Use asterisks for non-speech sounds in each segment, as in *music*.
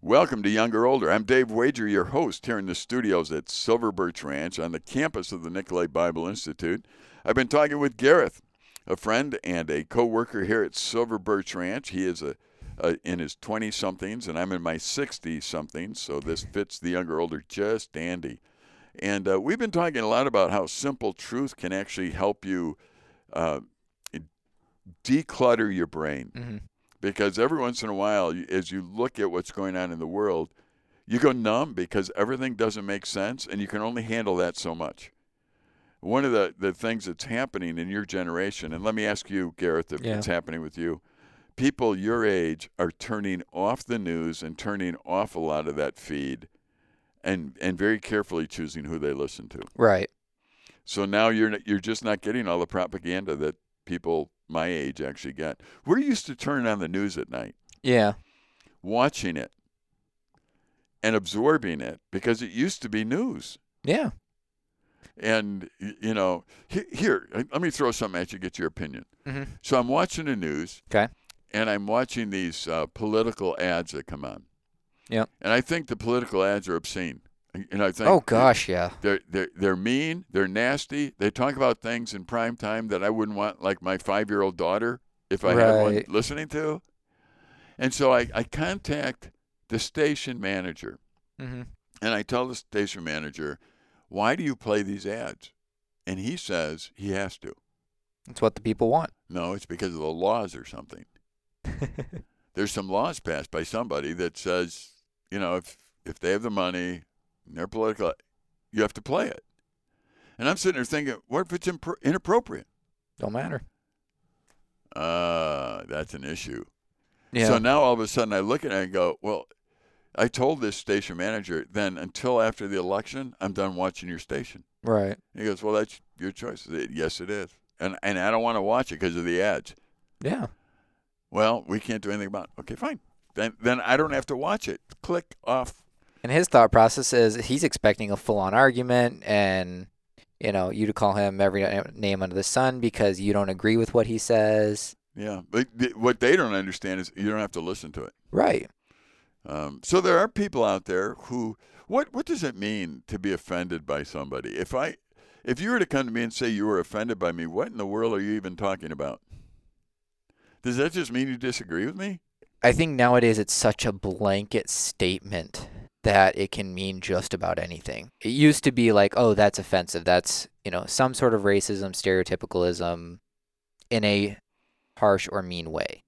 Welcome to Younger Older. I'm Dave Wager, your host here in the studios at Silver Birch Ranch on the campus of the Nicolay Bible Institute. I've been talking with Gareth, a friend and a co worker here at Silver Birch Ranch. He is a, a in his 20 somethings, and I'm in my 60 somethings, so this fits the Younger Older just dandy. And uh, we've been talking a lot about how simple truth can actually help you uh, declutter your brain Mm-hmm. because every once in a while, you- as you look at what's going on in the world, you go numb because everything doesn't make sense and you can only handle that so much. One of the, the things that's happening in your generation, and let me ask you, Gareth, if Yeah. it's happening with you, people your age are turning off the news and turning off a lot of that feed and, and very carefully choosing who they listen to. Right. So now you're n- you're just not getting all the propaganda that people my age actually get. We're used to turning on the news at night Yeah. watching it and absorbing it because it used to be news. Yeah. And, y- you know, he- here, let let me throw something at you, get your opinion. Mm-hmm. So I'm watching the news. 'Kay. And I'm watching these uh, political ads that come on. Yep. And I think the political ads are obscene. And I think Oh gosh, yeah. they're they're they're mean, they're nasty. They talk about things in prime time that I wouldn't want like my 5-year-old daughter if I had one Right. listening to. And so I I contact the station manager Mm-hmm. and I tell the station manager, "Why do you play these ads?" And he says he has to. That's what the people *laughs* want. No, it's because of the laws or something. There's some laws passed by somebody that says, you know, if if they have the money, and they're political, you have to play it. And I'm sitting there thinking, what if it's impro- inappropriate? Don't matter. Uh, that's an issue. Yeah. So now all of a sudden I look at it and go, well, I told this station manager, then until after the election, I'm done watching your station. right. He goes, "Well, that's your choice." I said, yes, it is, and and I don't want to watch it because of the ads. Yeah. Well, we can't do anything about. it. Okay, fine. Then then I don't have to watch it. Click off. And his thought process is he's expecting a full on argument and you know, you to call him every na- name under the sun because you don't agree with what he says. Yeah, but th- what they don't understand is you don't have to listen to it. Right. Um, so there are people out there who what what does it mean to be offended by somebody? If I if you were to come to me and say you were offended by me, what in the world are you even talking about? Does that just mean you disagree with me? I think nowadays it's such a blanket statement that it can mean just about anything. It used to be like, oh, that's offensive. That's, you know, some sort of racism, stereotypicalism in a harsh or mean way.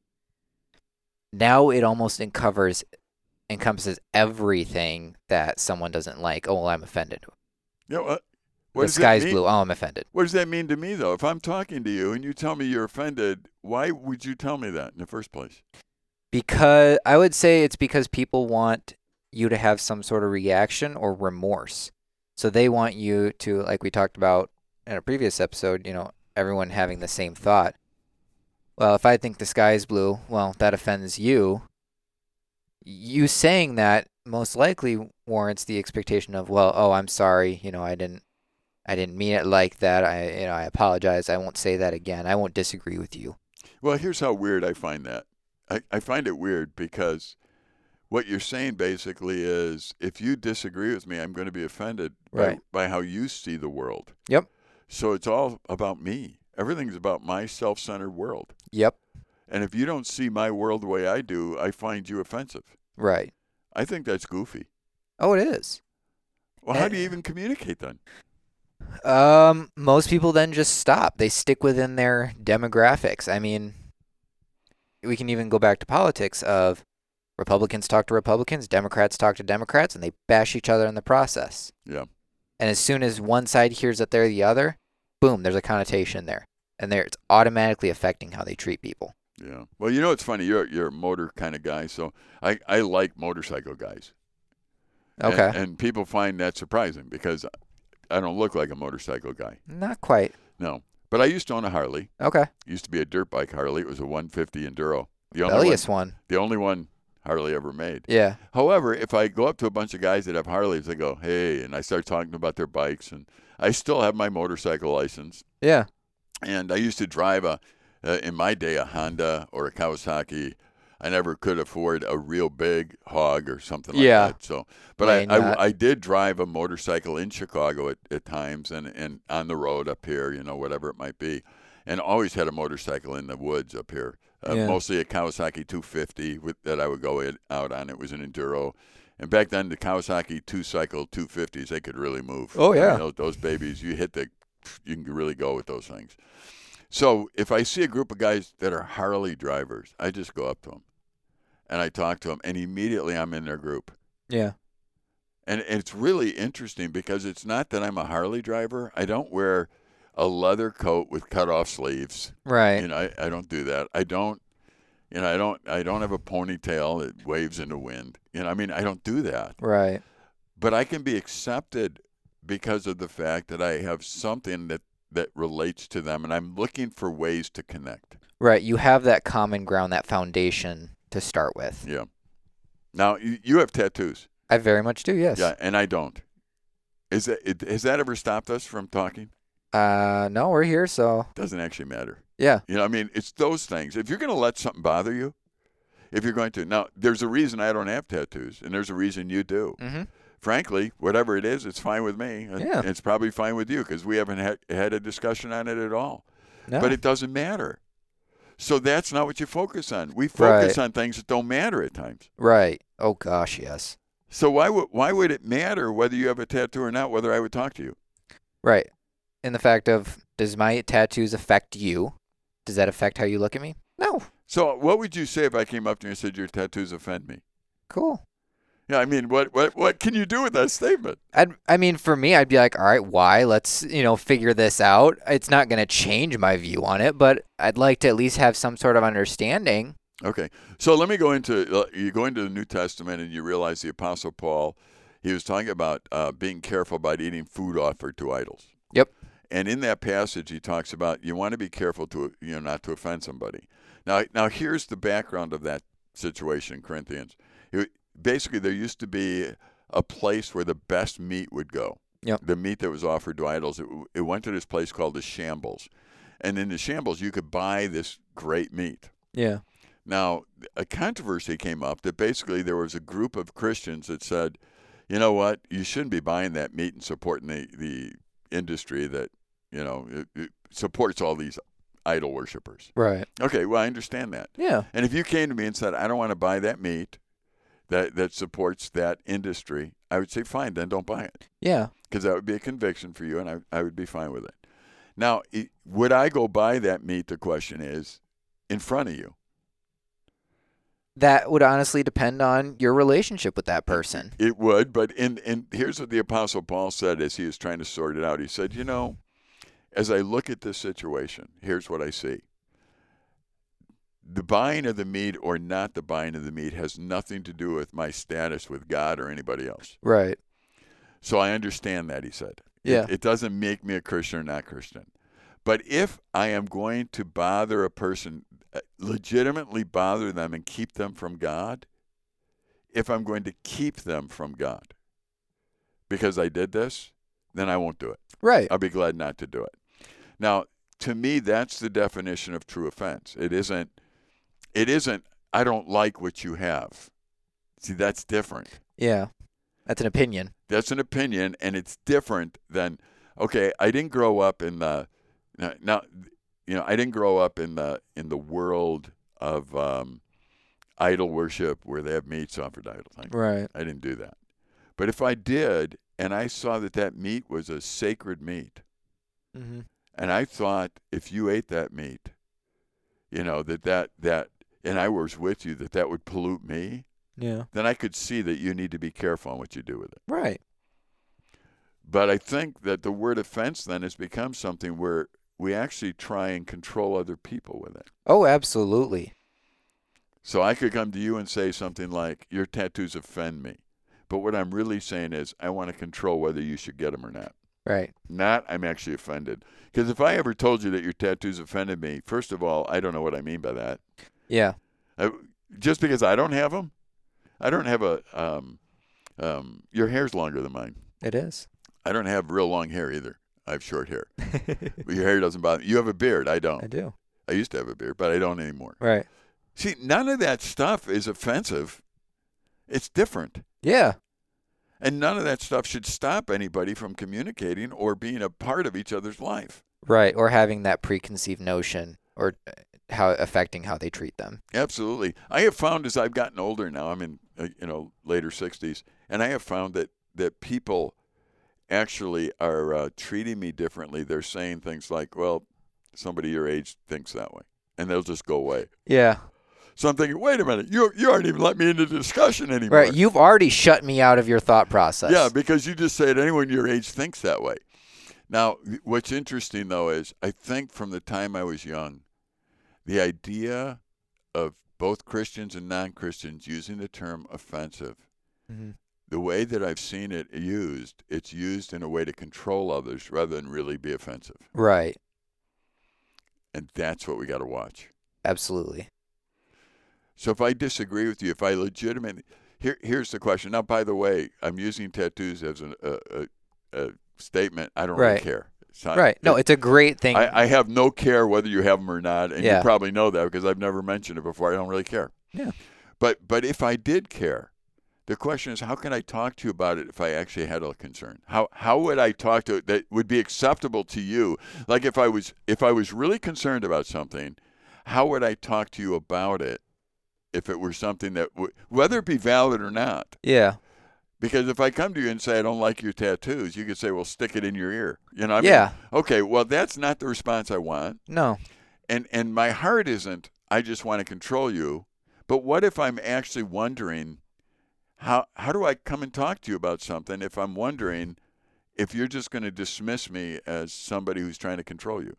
Now it almost uncovers encompasses everything that someone doesn't like. Oh, well, I'm offended. You know, uh, what the does that sky's mean? blue. Oh, I'm offended. What does that mean to me, though? If I'm talking to you and you tell me you're offended, why would you tell me that in the first place? Because I would say it's because people want you to have some sort of reaction or remorse. So they want you to, like we talked about in a previous episode, you know, everyone having the same thought. Well, if I think the sky is blue, well, that offends you. You saying that most likely warrants the expectation of, well, oh, I'm sorry, you know, I didn't, I didn't mean it like that. I, you know, I apologize. I won't say that again. I won't disagree with you. Well, here's how weird I find that. I, I find it weird because what you're saying basically is if you disagree with me, I'm going to be offended Right. by, by how you see the world. Yep. So it's all about me. Everything's about my self centered world. Yep. And if you don't see my world the way I do, I find you offensive. Right. I think that's goofy. Oh, it is. Well, how Eh. do you even communicate then? Um, most people then just stop. They stick within their demographics. I mean, we can even go back to politics of Republicans talk to Republicans, Democrats talk to Democrats, and they bash each other in the process. Yeah. And as soon as one side hears that they're the other, boom, there's a connotation there. And there it's automatically affecting how they treat people. Yeah. Well, you know it's funny. You're you're a motor kind of guy, so I I like motorcycle guys. And- Okay. And, people find that surprising because I don't look like a motorcycle guy. Not quite. No. But I used to own a Harley. Okay. Used to be a dirt bike Harley. It was a 150 Enduro. The only one, Rebellious one. the only one Harley ever made. Yeah. However, if I go up to a bunch of guys that have Harleys, I go, "Hey," and I start talking about their bikes, and I still have my motorcycle license. Yeah. and I used to drive a uh, in my day a Honda or a Kawasaki. I never could afford a real big hog or something like Yeah. that. So, but Why I, not? I I did drive a motorcycle in Chicago at, at times and and on the road up here, you know, whatever it might be, and always had a motorcycle in the woods up here. Uh, Yeah. Mostly a Kawasaki 250 with, that I would go in, out on. It was an enduro. And back then, the Kawasaki two cycle 250s, they could really move. Oh, I mean, yeah. those, those babies, you hit the, you can really go with those things. So if I see a group of guys that are Harley drivers, I just go up to them and I talk to them, and immediately I'm in their group. Yeah. And it's really interesting because it's not that I'm a Harley driver. I don't wear a leather coat with cut off sleeves. Right. You know, I, I don't do that. I don't. You know, I don't. I don't have a ponytail that waves in the wind. You know, I mean, I don't do that Right. but I can be accepted because of the fact that I have something that that relates to them, and I'm looking for ways to connect. Right. You have that common ground, that foundation to start with. Yeah. Now you, you have tattoos, I very much do. Yes. yeah, and I don't. Is that it, has that ever stopped us from talking? Uh, no, we're here, so Doesn't actually matter. yeah. You know, I mean, it's those things. If you're going to let something bother you, if you're going to now, there's a reason I don't have tattoos, and there's a reason you do. Mm-hmm. frankly, whatever it is, it's fine with me. and Yeah. It's probably fine with you because we haven't had, had a discussion on it at all. No. But it doesn't matter. So that's not what you focus on. We focus Right. on things that don't matter at times. Right. Oh gosh, yes. So why would why would it matter whether you have a tattoo or not? Whether I would talk to you? Right. In the fact of does my tattoos affect you? Does that affect how you look at me? No. So what would you say if I came up to you and said your tattoos offend me? Cool. Yeah, I mean, what what what can you do with that statement? I'd, I mean, for me, I'd be like, all right, why? Let's, you know, figure this out. It's not going to change my view on it, but I'd like to at least have some sort of understanding. Okay, so let me go into uh, you go into the New Testament and you realize the Apostle Paul, he was talking about uh, being careful about eating food offered to idols. Yep. And in that passage, he talks about you want to be careful to you know not to offend somebody. Now, now here's the background of that situation, in Corinthians. It- basically, there used to be a place where the best meat would go. Yep. The meat that was offered to idols, it, it went to this place called the Shambles, and in the Shambles, you could buy this great meat. Yeah. Now, a controversy came up that basically there was a group of Christians that said, you know what, you shouldn't be buying that meat and supporting the, the industry that, you know, it, it supports all these idol worshipers. Right. Okay, well, I understand that. Yeah. And if you came to me and said, I don't want to buy that meat that, that supports that industry, I would say, fine, then don't buy it Yeah. because that would be a conviction for you, and I, I would be fine with it. Now, i- would I go buy that meat? The question is, in front of you. That would honestly depend on your relationship with that person. It would, but in and here's what the apostle Paul said as he is trying to sort it out. He said, "You know, as I look at this situation, here's what I see. The buying of the meat or not the buying of the meat has nothing to do with my status with God or anybody else. Right. So I understand that," he said. It- Yeah. It, doesn't make me a Christian or not Christian. But if I am going to bother a person, uh, legitimately bother them and keep them from God, if I'm going to keep them from God because I did this, then I won't do it. Right. I'll be glad not to do it. Now, to me, that's the definition of true offense. It isn't, it isn't, I don't like what you have. See, that's different. Yeah. That's an opinion. That's an opinion, and it's different than okay. I didn't grow up in the now, now you know I didn't grow up in the in the world of um, idol worship where they have meats offered to idol things. Right. I didn't do that, but if I did, and I saw that that meat was a sacred meat, Mm-hmm. and I thought if you ate that meat, you know that that that and I was with you that that would pollute me, Yeah. then I could see that you need to be careful on what you do with it. Right. But I think that the word offense then has become something where we actually try and control other people with it. Oh, absolutely. So I could come to you and say something like, Your tattoos offend me. But what I'm really saying is, I want to control whether you should get them or not. Right. Not, I'm actually offended. Because if I ever told you that your tattoos offended me, first of all, I don't know what I mean by that. Yeah. I, just because I don't have them, I don't have a, um, um, your hair's longer than mine. It *laughs* is. I don't have real long hair either. I have short hair. But your hair doesn't bother me. You have a beard. I don't. I do. I used to have a beard, but I don't anymore. Right. See, none of that stuff is offensive. It's different. Yeah. And none of that stuff should stop anybody from communicating or being a part of each other's life. Right. Or having that preconceived notion or uh, how affecting how they treat them. Absolutely. I have found as I've gotten older now, I'm in uh, you know later 60s, and I have found that that people actually are uh, treating me differently. They're saying things like, "Well, somebody your age thinks that way," and they'll just go away. Yeah. So I'm thinking, wait a minute, you you aren't even let me into the discussion anymore. Right. You've already shut me out of your thought process. Yeah, because you just said anyone your age thinks that way. Now, what's interesting though is I think from the time I was young, the idea of both Christians and non Christians using the term offensive, Mhm. the way that I've seen it used, it's used in a way to control others rather than really be offensive. Right. And that's what we got to watch. Absolutely. So if I disagree with you, if I legitimately, here, here's the question. Now, by the way, I'm using tattoos as an, a, a, a statement. I don't really Right. care. It's not- Right. No, it's a great thing. I, I have no care whether you have them or not, and you Yeah. probably know that because I've never mentioned it before. I don't really care. Yeah. But but if I did care, the question is, how can I talk to you about it if I actually had a concern? How how would I talk to that would be acceptable to you? Like if I was if I was really concerned about something, how would I talk to you about it if it were something that w- whether it be valid or not? yeah. Because if I come to you and say I don't like your tattoos, you could say, "Well, stick it in your ear." You know, I mean, yeah. Okay, well, that's not the response I want No. and and my heart isn't i just want to control you but what if i'm actually wondering how how do i come and talk to you about something if i'm wondering if you're just going to dismiss me as somebody who's trying to control you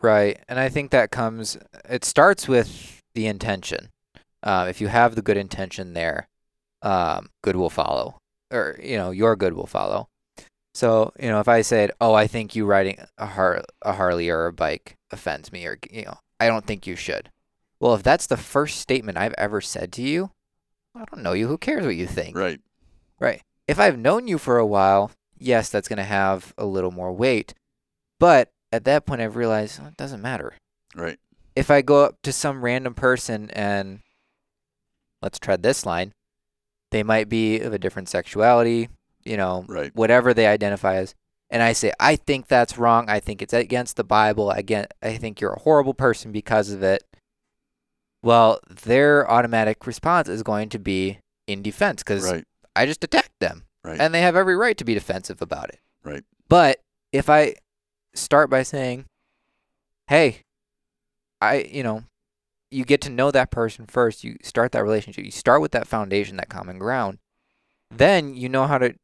Right. And I think that comes, it starts with the intention. Uh, if you have the good intention there, um, good will follow, or, you know, your good will follow. So, you know, if I said, oh, I think you riding a, Har- a Harley or a bike offends me, or, you know, I don't think you should. Well, if that's the first statement I've ever said to you, I don't know you. Who cares what you think? right Right. If I've known you for a while, yes, that's going to have a little more weight. But at that point, I've realized oh, it doesn't matter. right If I go up to some random person and let's tread this line, they might be of a different sexuality, you know, right whatever they identify as. And I say, I think that's wrong. I think it's against the Bible. Again, I think you're a horrible person because of it. Well, their automatic response is going to be in defense because right I just attacked them. Right. And they have every right to be defensive about it. Right. But if I start by saying, hey, I, you know, you get to know that person first, you start that relationship, you start with that foundation, that common ground, then you know how to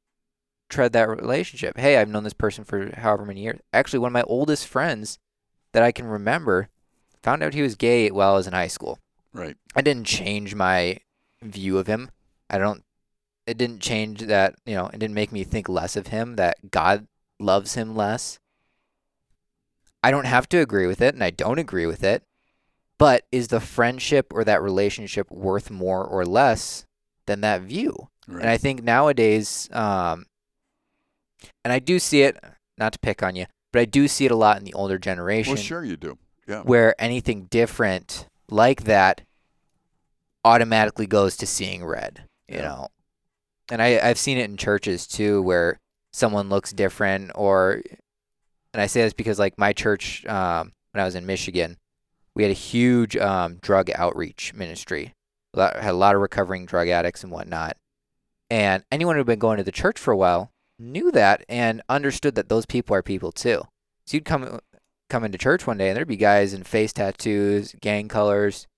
tread that relationship. Hey, I've known this person for however many years. Actually, one of my oldest friends that I can remember found out he was gay while I was in high school. right I didn't change my view of him. I don't. It didn't change that. You know, it didn't make me think less of him. That God loves him less. I don't have to agree with it, and I don't agree with it. But is the friendship or that relationship worth more or less than that view? right And I think nowadays, um, and I do see it. Not to pick on you, but I do see it a lot in the older generation well sure you do yeah where anything different like that automatically goes to seeing red, you Yeah. know. And I, I've seen it in churches too where someone looks different or and I say this because like my church um, when I was in Michigan, we had a huge um, drug outreach ministry. A lot, had a lot of recovering drug addicts and whatnot. And anyone who'd been going to the church for a while knew that and understood that those people are people too. So you'd come come into church one day and there'd be guys in face tattoos, gang colors,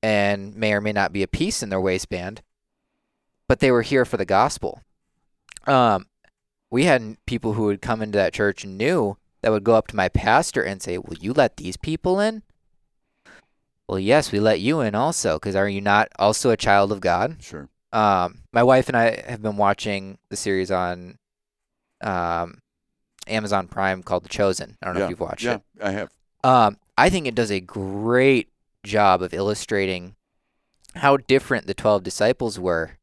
and may or may not be a piece in their waistband, but they were here for the gospel. Um, we had people who would come into that church and knew that would go up to my pastor and say, "Will you let these people in?" Well, yes, we let you in also, because are you not also a child of God? sure um, my wife and I have been watching the series on um, Amazon Prime called The Chosen. I don't know yeah. if you've watched yeah it. i have Um, I think it does a great job of illustrating how different the 12 disciples were.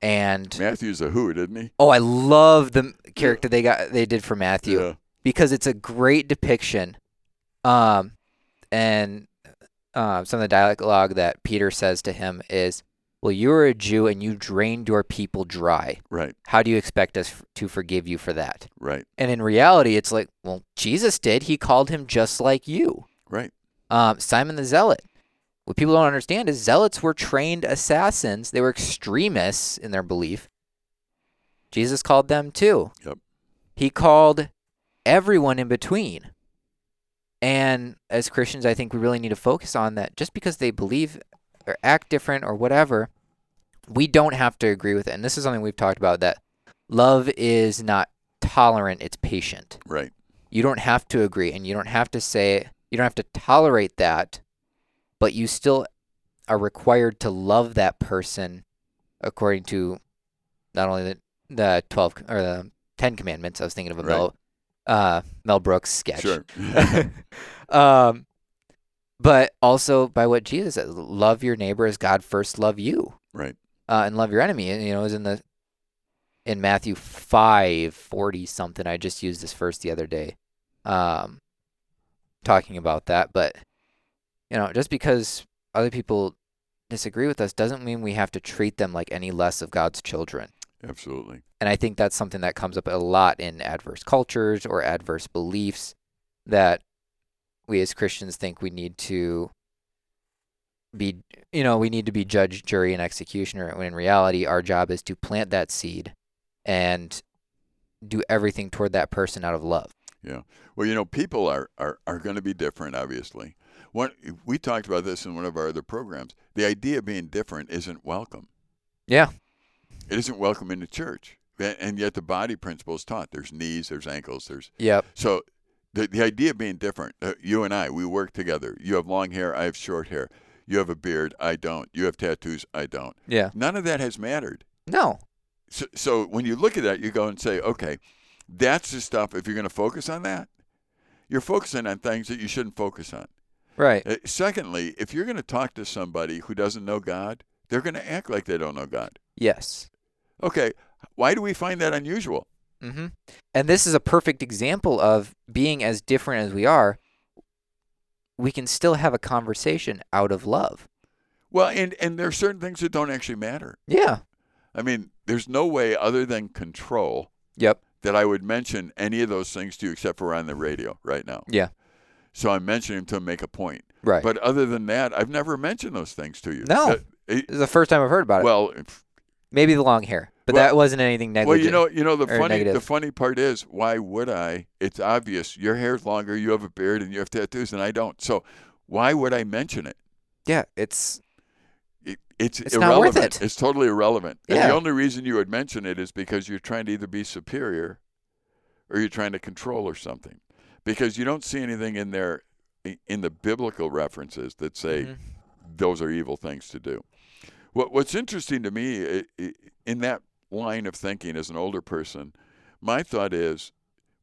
And matthew's a who didn't he oh, I love the m- character they got they did for Matthew yeah because it's a great depiction. Um, and uh, some of the dialogue that Peter says to him is, "Well, you are a Jew and you drained your people dry. Right, How do you expect us f- to forgive you for that?" right, And in reality, it's like, well, Jesus did. He called him just like you, right. um, Simon the Zealot. What people don't understand is zealots were trained assassins. They were extremists in their belief. Jesus called them too. Yep. He called everyone in between. And as Christians, I think we really need to focus on that just because they believe or act different or whatever, we don't have to agree with it. And this is something we've talked about that love is not tolerant, it's patient. Right. You don't have to agree and you don't have to say, you don't have to tolerate that, but you still are required to love that person according to not only the, the 12 c- or the 10 commandments. I was thinking of a Right. Mel, uh, Mel Brooks sketch. Sure. um, but also by what Jesus says, love your neighbor as God first love you. *laughs* Right. Uh, and love your enemy. And, you know, it was in the in Matthew five forty something. I just used this verse the other day, um, talking about that. But you know, just because other people disagree with us doesn't mean we have to treat them like any less of God's children. Absolutely. And I think that's something that comes up a lot in adverse cultures or adverse beliefs that we as Christians think we need to be, you know, we need to be judge, jury, and executioner. When in reality, our job is to plant that seed and do everything toward that person out of love. Well, you know, people are are, are going to be different, obviously. One, we talked about this in one of our other programs. The idea of being different isn't welcome. Yeah. It isn't welcome in the church, A- and yet the body principle is taught. There's knees, there's ankles, there's Yep. so the the idea of being different. Uh, you and I, we work together. You have long hair, I have short hair. You have a beard, I don't. You have tattoos, I don't. Yeah. None of that has mattered. No. So, so when you look at that, you go and say, okay, that's the stuff. If you're going to focus on that, you're focusing on things that you shouldn't focus on. Right. Uh, secondly, if you're going to talk to somebody who doesn't know God, they're going to act like they don't know God. Yes. Okay, why do we find that unusual? Mm-hmm. And this is a perfect example of being as different as we are. We can still have a conversation out of love. Well, and, and there are certain things that don't actually matter. Yeah. I mean, there's no way other than control Yep. that I would mention any of those things to you except for on the radio right now. Yeah. So I'm mentioning them to make a point. Right. But other than that, I've never mentioned those things to you. No. Uh, it- this is the first time I've heard about it. Well, if- Maybe the long hair, but well- that wasn't anything well, you negligent. know, you know the or funny the negative. funny part is why would I? It's obvious. Your hair's longer, you have a beard, and you have tattoos, and I don't. So why would I mention it? yeah, it's it it's, It's not irrelevant. worth it. It's totally irrelevant. And Yeah. the only reason you would mention it is because you're trying to either be superior, or you're trying to control or something, because you don't see anything in there i- in the biblical references that say Mhm. those are evil things to do. What What's interesting to me i- i- in that line of thinking as an older person, my thought is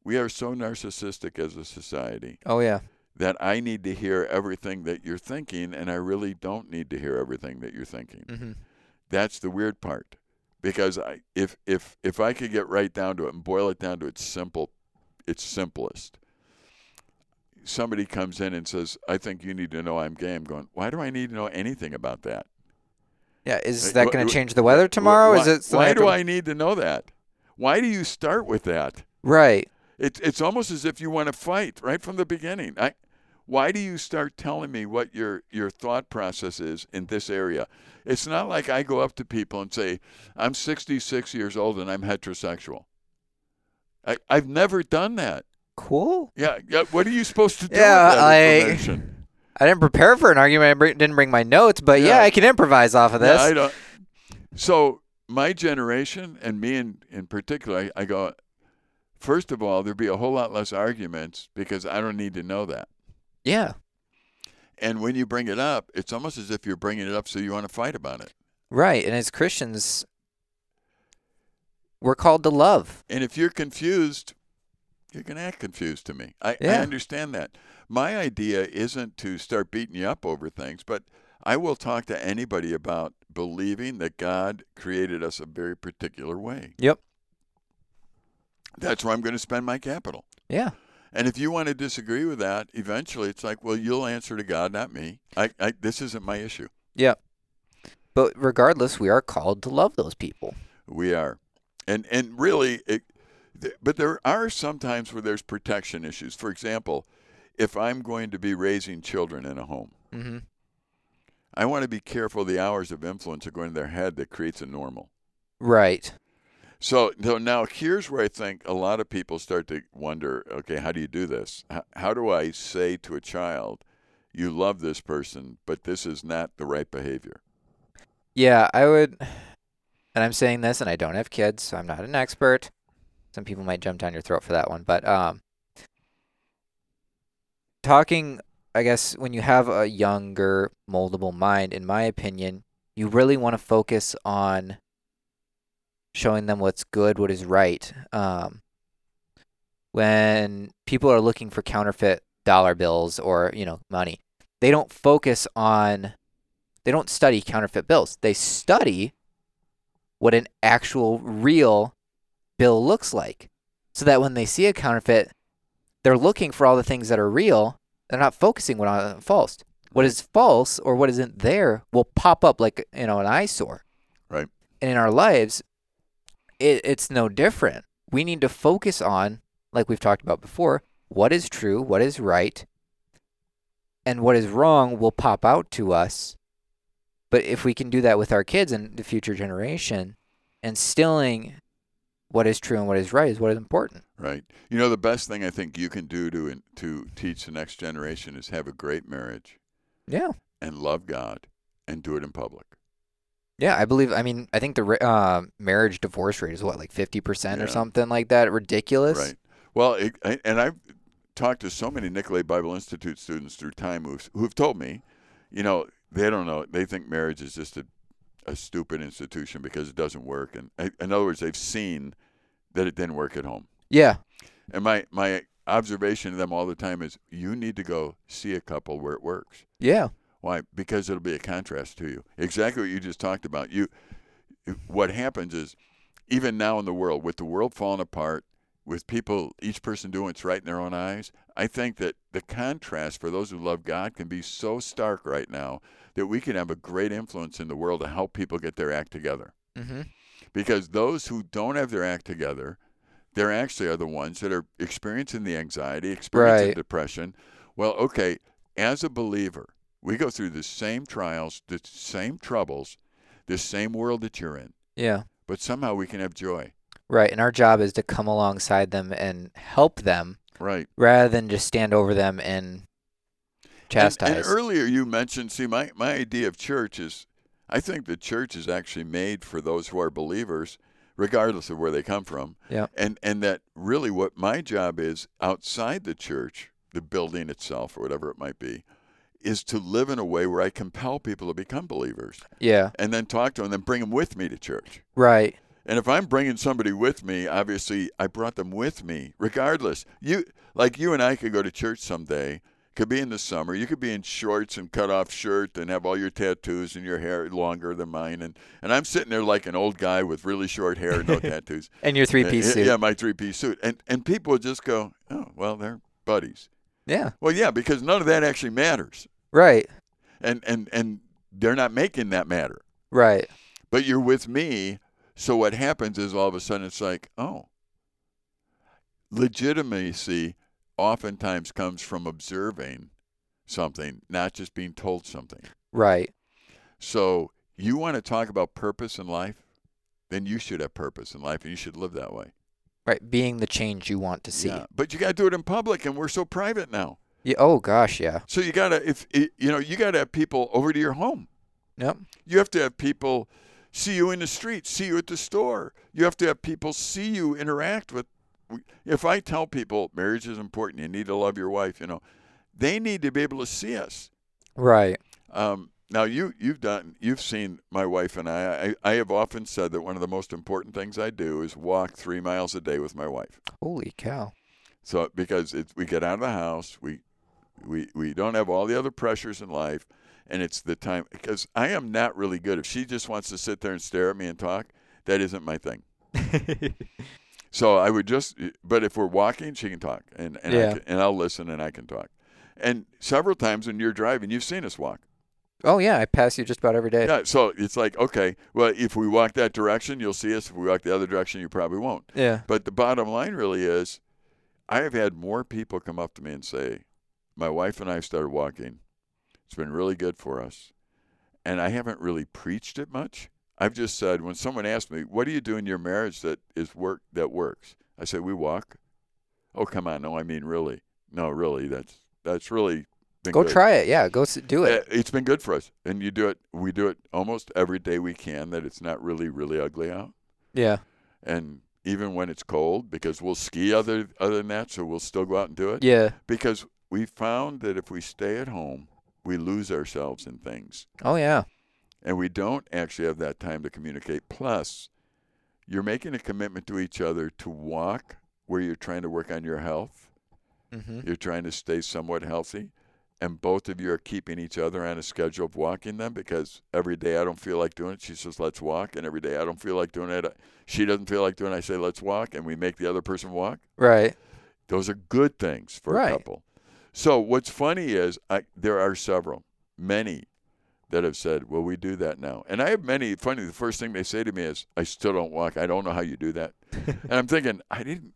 we are so narcissistic as a society oh yeah, that I need to hear everything that you're thinking, and I really don't need to hear everything that you're thinking. hmm That's the weird part, because I, if if if I could get right down to it and boil it down to its simple, its simplest. Somebody comes in and says, "I think you need to know I'm gay." I'm going, "Why do I need to know anything about that?" yeah. Is Hey, that wh- going wh- to change the weather tomorrow? Why, Is it? something Why have do to- I need to know that? Why do you start with that? Right. It's it's almost as if you want to fight right from the beginning. I, why do you start telling me what your your thought process is in this area? It's not like I go up to people and say, "I'm 66 years old and I'm heterosexual." I, I've never done that. Cool. Yeah, yeah. What are you supposed to do Yeah, with that I- information? *laughs* I didn't prepare for an argument. I br- didn't bring my notes, but yeah, Yeah. I can improvise off of Yeah, this. I don't. So my generation and me in, in particular, I, I go, first of all, there'd be a whole lot less arguments because I don't need to know that. yeah. And when you bring it up, it's almost as if you're bringing it up so you want to fight about it. Right. And as Christians, we're called to love. And if you're confused, you're going to act confused to me. I, I Yeah. understand that. My idea isn't to start beating you up over things, but I will talk to anybody about believing that God created us a very particular way. Yep. That's where I'm going to spend my capital. Yeah. And if you want to disagree with that, eventually it's like, well, you'll answer to God, not me. I, I this isn't my issue. Yeah. But regardless, we are called to love those people. We are, and and really, it, th- but there are some times where there's protection issues. For example, if I'm going to be raising children in a home, Mm-hmm. I want to be careful the hours of influence are going to their head that creates a normal. Right. So, so now here's where I think a lot of people start to wonder okay, how do you do this? How, how do I say to a child, you love this person, but this is not the right behavior? Yeah, I would. *sighs* And I'm saying this, and I don't have kids, so I'm not an expert. Some people might jump down your throat for that one, but um, talking, I guess, when you have a younger, moldable mind, in my opinion, you really want to focus on showing them what's good, what is right. Um, when people are looking for counterfeit dollar bills or you know money, they don't focus on they don't study counterfeit bills. They study what an actual real bill looks like. So that when they see a counterfeit, they're looking for all the things that are real. They're not focusing on what is false. What is false or what isn't there will pop up like you know an eyesore. Right. And in our lives, it, it's no different. We need to focus on, like we've talked about before, what is true, what is right, and what is wrong will pop out to us but if we can do that with our kids and the future generation, instilling what is true and what is right is what is important. Right. You know, the best thing I think you can do to, to teach the next generation is have a great marriage Yeah. and love God and do it in public. Yeah, I believe. I mean, I think the ra- uh, marriage divorce rate is what, like 50% Yeah. or something like that? Ridiculous. Right. Well, it, I, and I've talked to so many Nicolay Bible Institute students through time who've, who've told me, you know, they don't know. They think marriage is just a, a stupid institution because it doesn't work. And I- in other words, they've seen that it didn't work at home. Yeah. And my, my observation of them all the time is you need to go see a couple where it works. Yeah. Why? Because it'll be a contrast to you. Exactly what you just talked about. You, what happens is, even now in the world, with the world falling apart, with people, each person doing what's right in their own eyes, I think that the contrast for those who love God can be so stark right now that we can have a great influence in the world to help people get their act together. Mm-hmm. Because those who don't have their act together, they're actually are the ones that are experiencing the anxiety, experiencing Right. depression. Well, okay, as a believer, we go through the same trials, the same troubles, the same world that you're in, Yeah. but somehow we can have joy. Right. And our job is to come alongside them and help them Right. rather than just stand over them and And- And, chastise. earlier you mentioned, see, my, my idea of church is I think the church is actually made for those who are believers, regardless of where they come from. Yeah. And and that really what my job is outside the church, the building itself or whatever it might be, is to live in a way where I compel people to become believers yeah. and then talk to them and then bring them with me to church. Right. And if I'm bringing somebody with me, obviously I brought them with me, regardless. You like you and I could go to church someday. Could be in the summer. You could be in shorts and cut off shirt and have all your tattoos and your hair longer than mine. And and I'm sitting there like an old guy with really short hair and no tattoos. And your three piece Yeah, suit. Yeah, my three piece suit. And and people just go, oh well, they're buddies. yeah. Well, yeah, because none of that actually matters. Right. And and and they're not making that matter Right. but you're with me. So what happens is all of a sudden it's like, oh, legitimacy oftentimes comes from observing something, not just being told something. Right. So you want to talk about purpose in life? Then you should have purpose in life and you should live that way. Right, being the change you want to see. Yeah. But you got to do it in public and we're so private now. Yeah, oh gosh, yeah. So you got to if you know, you got to have people over to your home. Yep. You have to have people see you in the street, see you at the store. You have to have people see you interact with. If I tell people marriage is important, you need to love your wife, you know, they need to be able to see us. Right. Um, now you you've done you've seen my wife and I, I. I have often said that one of the most important things I do is walk three miles a day with my wife. Holy cow. So because it's we get out of the house, we we we don't have all the other pressures in life, and it's the time because I am not really good. If she just wants to sit there and stare at me and talk, that isn't my thing. So I would just, but if we're walking, she can talk, and and I Yeah. can, and I'll listen, and I can talk. And several times when you're driving, you've seen us walk. *laughs* Oh yeah, I pass you just about every day. Yeah, so it's like, okay, well, if we walk that direction, you'll see us. If we walk the other direction, you probably won't. Yeah. But the bottom line really is, I have had more people come up to me and say, "My wife and I started walking. It's been really good for us." And I haven't really preached it much. I've just said when someone asks me, "What do you do in your marriage that is work that works?" I say, "We walk." Oh, come on! No, I mean really. No, really. That's that's really. been Go good." try it. Yeah, go s- do it. Uh, It's been good for us, and you do it. We do it almost every day we can. That it's not really, really ugly out, Yeah. and even when it's cold, because we'll ski other other than that, so we'll still go out and do it. Yeah. Because we found that if we stay at home, we lose ourselves in things, Oh yeah. and we don't actually have that time to communicate. Plus, you're making a commitment to each other to walk where you're trying to work on your health. Mm-hmm. You're trying to stay somewhat healthy, and both of you are keeping each other on a schedule of walking them because every day I don't feel like doing it. She says, let's walk. And every day I don't feel like doing it. She doesn't feel like doing it. I say, let's walk. And we make the other person walk. *laughs* Right. Those are good things for Right. a couple. So what's funny is I, there are several, many that have said, well, we do that now. And I have many. Funny, the first thing they say to me is, I still don't walk. I don't know how you do that. and I'm thinking, I didn't.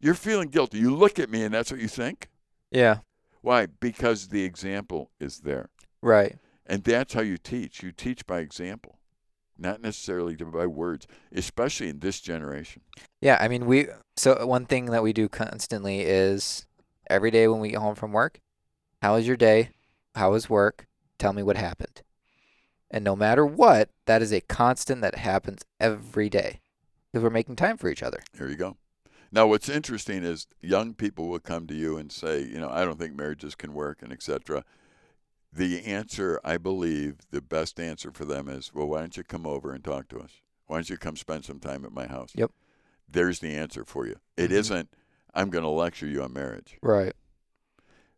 You're feeling guilty. You look at me and that's what you think? Yeah. Why? Because the example is there. Right. And that's how you teach. You teach by example, not necessarily by words, especially in this generation. Yeah, I mean we so uh, one thing that we do constantly is every day when we get home from work, how was your day? How was work? Tell me what happened. And no matter what, that is a constant that happens every day because we're making time for each other. Here you go. Now, what's interesting is young people will come to you and say, you know, I don't think marriages can work and etc. The answer, I believe, the best answer for them is, well, why don't you come over and talk to us? Why don't you come spend some time at my house? Yep. There's the answer for you. It Mhm. not I'm going to lecture you on marriage. Right.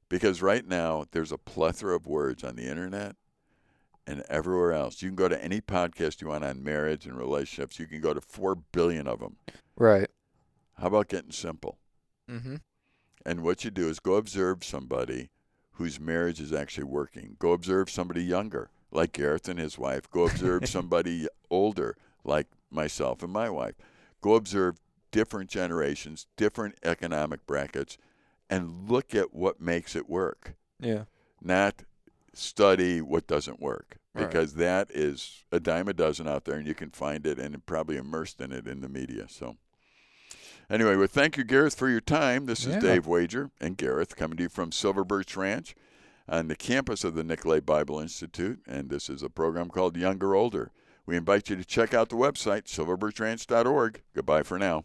Because right now there's a plethora of words on the internet and everywhere else. You can go to any podcast you want on marriage and relationships. You can go to 4 billion of them. Right. How about getting simple? Mhm. And what you do is go observe somebody whose marriage is actually working. Go observe somebody younger, like Gareth and his wife. Go observe somebody older, like myself and my wife. Go observe different generations, different economic brackets, and look at what makes it work. Yeah. not study what doesn't work Right. because that is a dime a dozen out there and you can find it and probably immersed in it in the media so anyway well thank you gareth for your time this is Yeah. dave wager and gareth coming to you from silver birch ranch on the campus of the nicolay bible institute and this is a program called younger older we invite you to check out the website silverbirchranch.org goodbye for now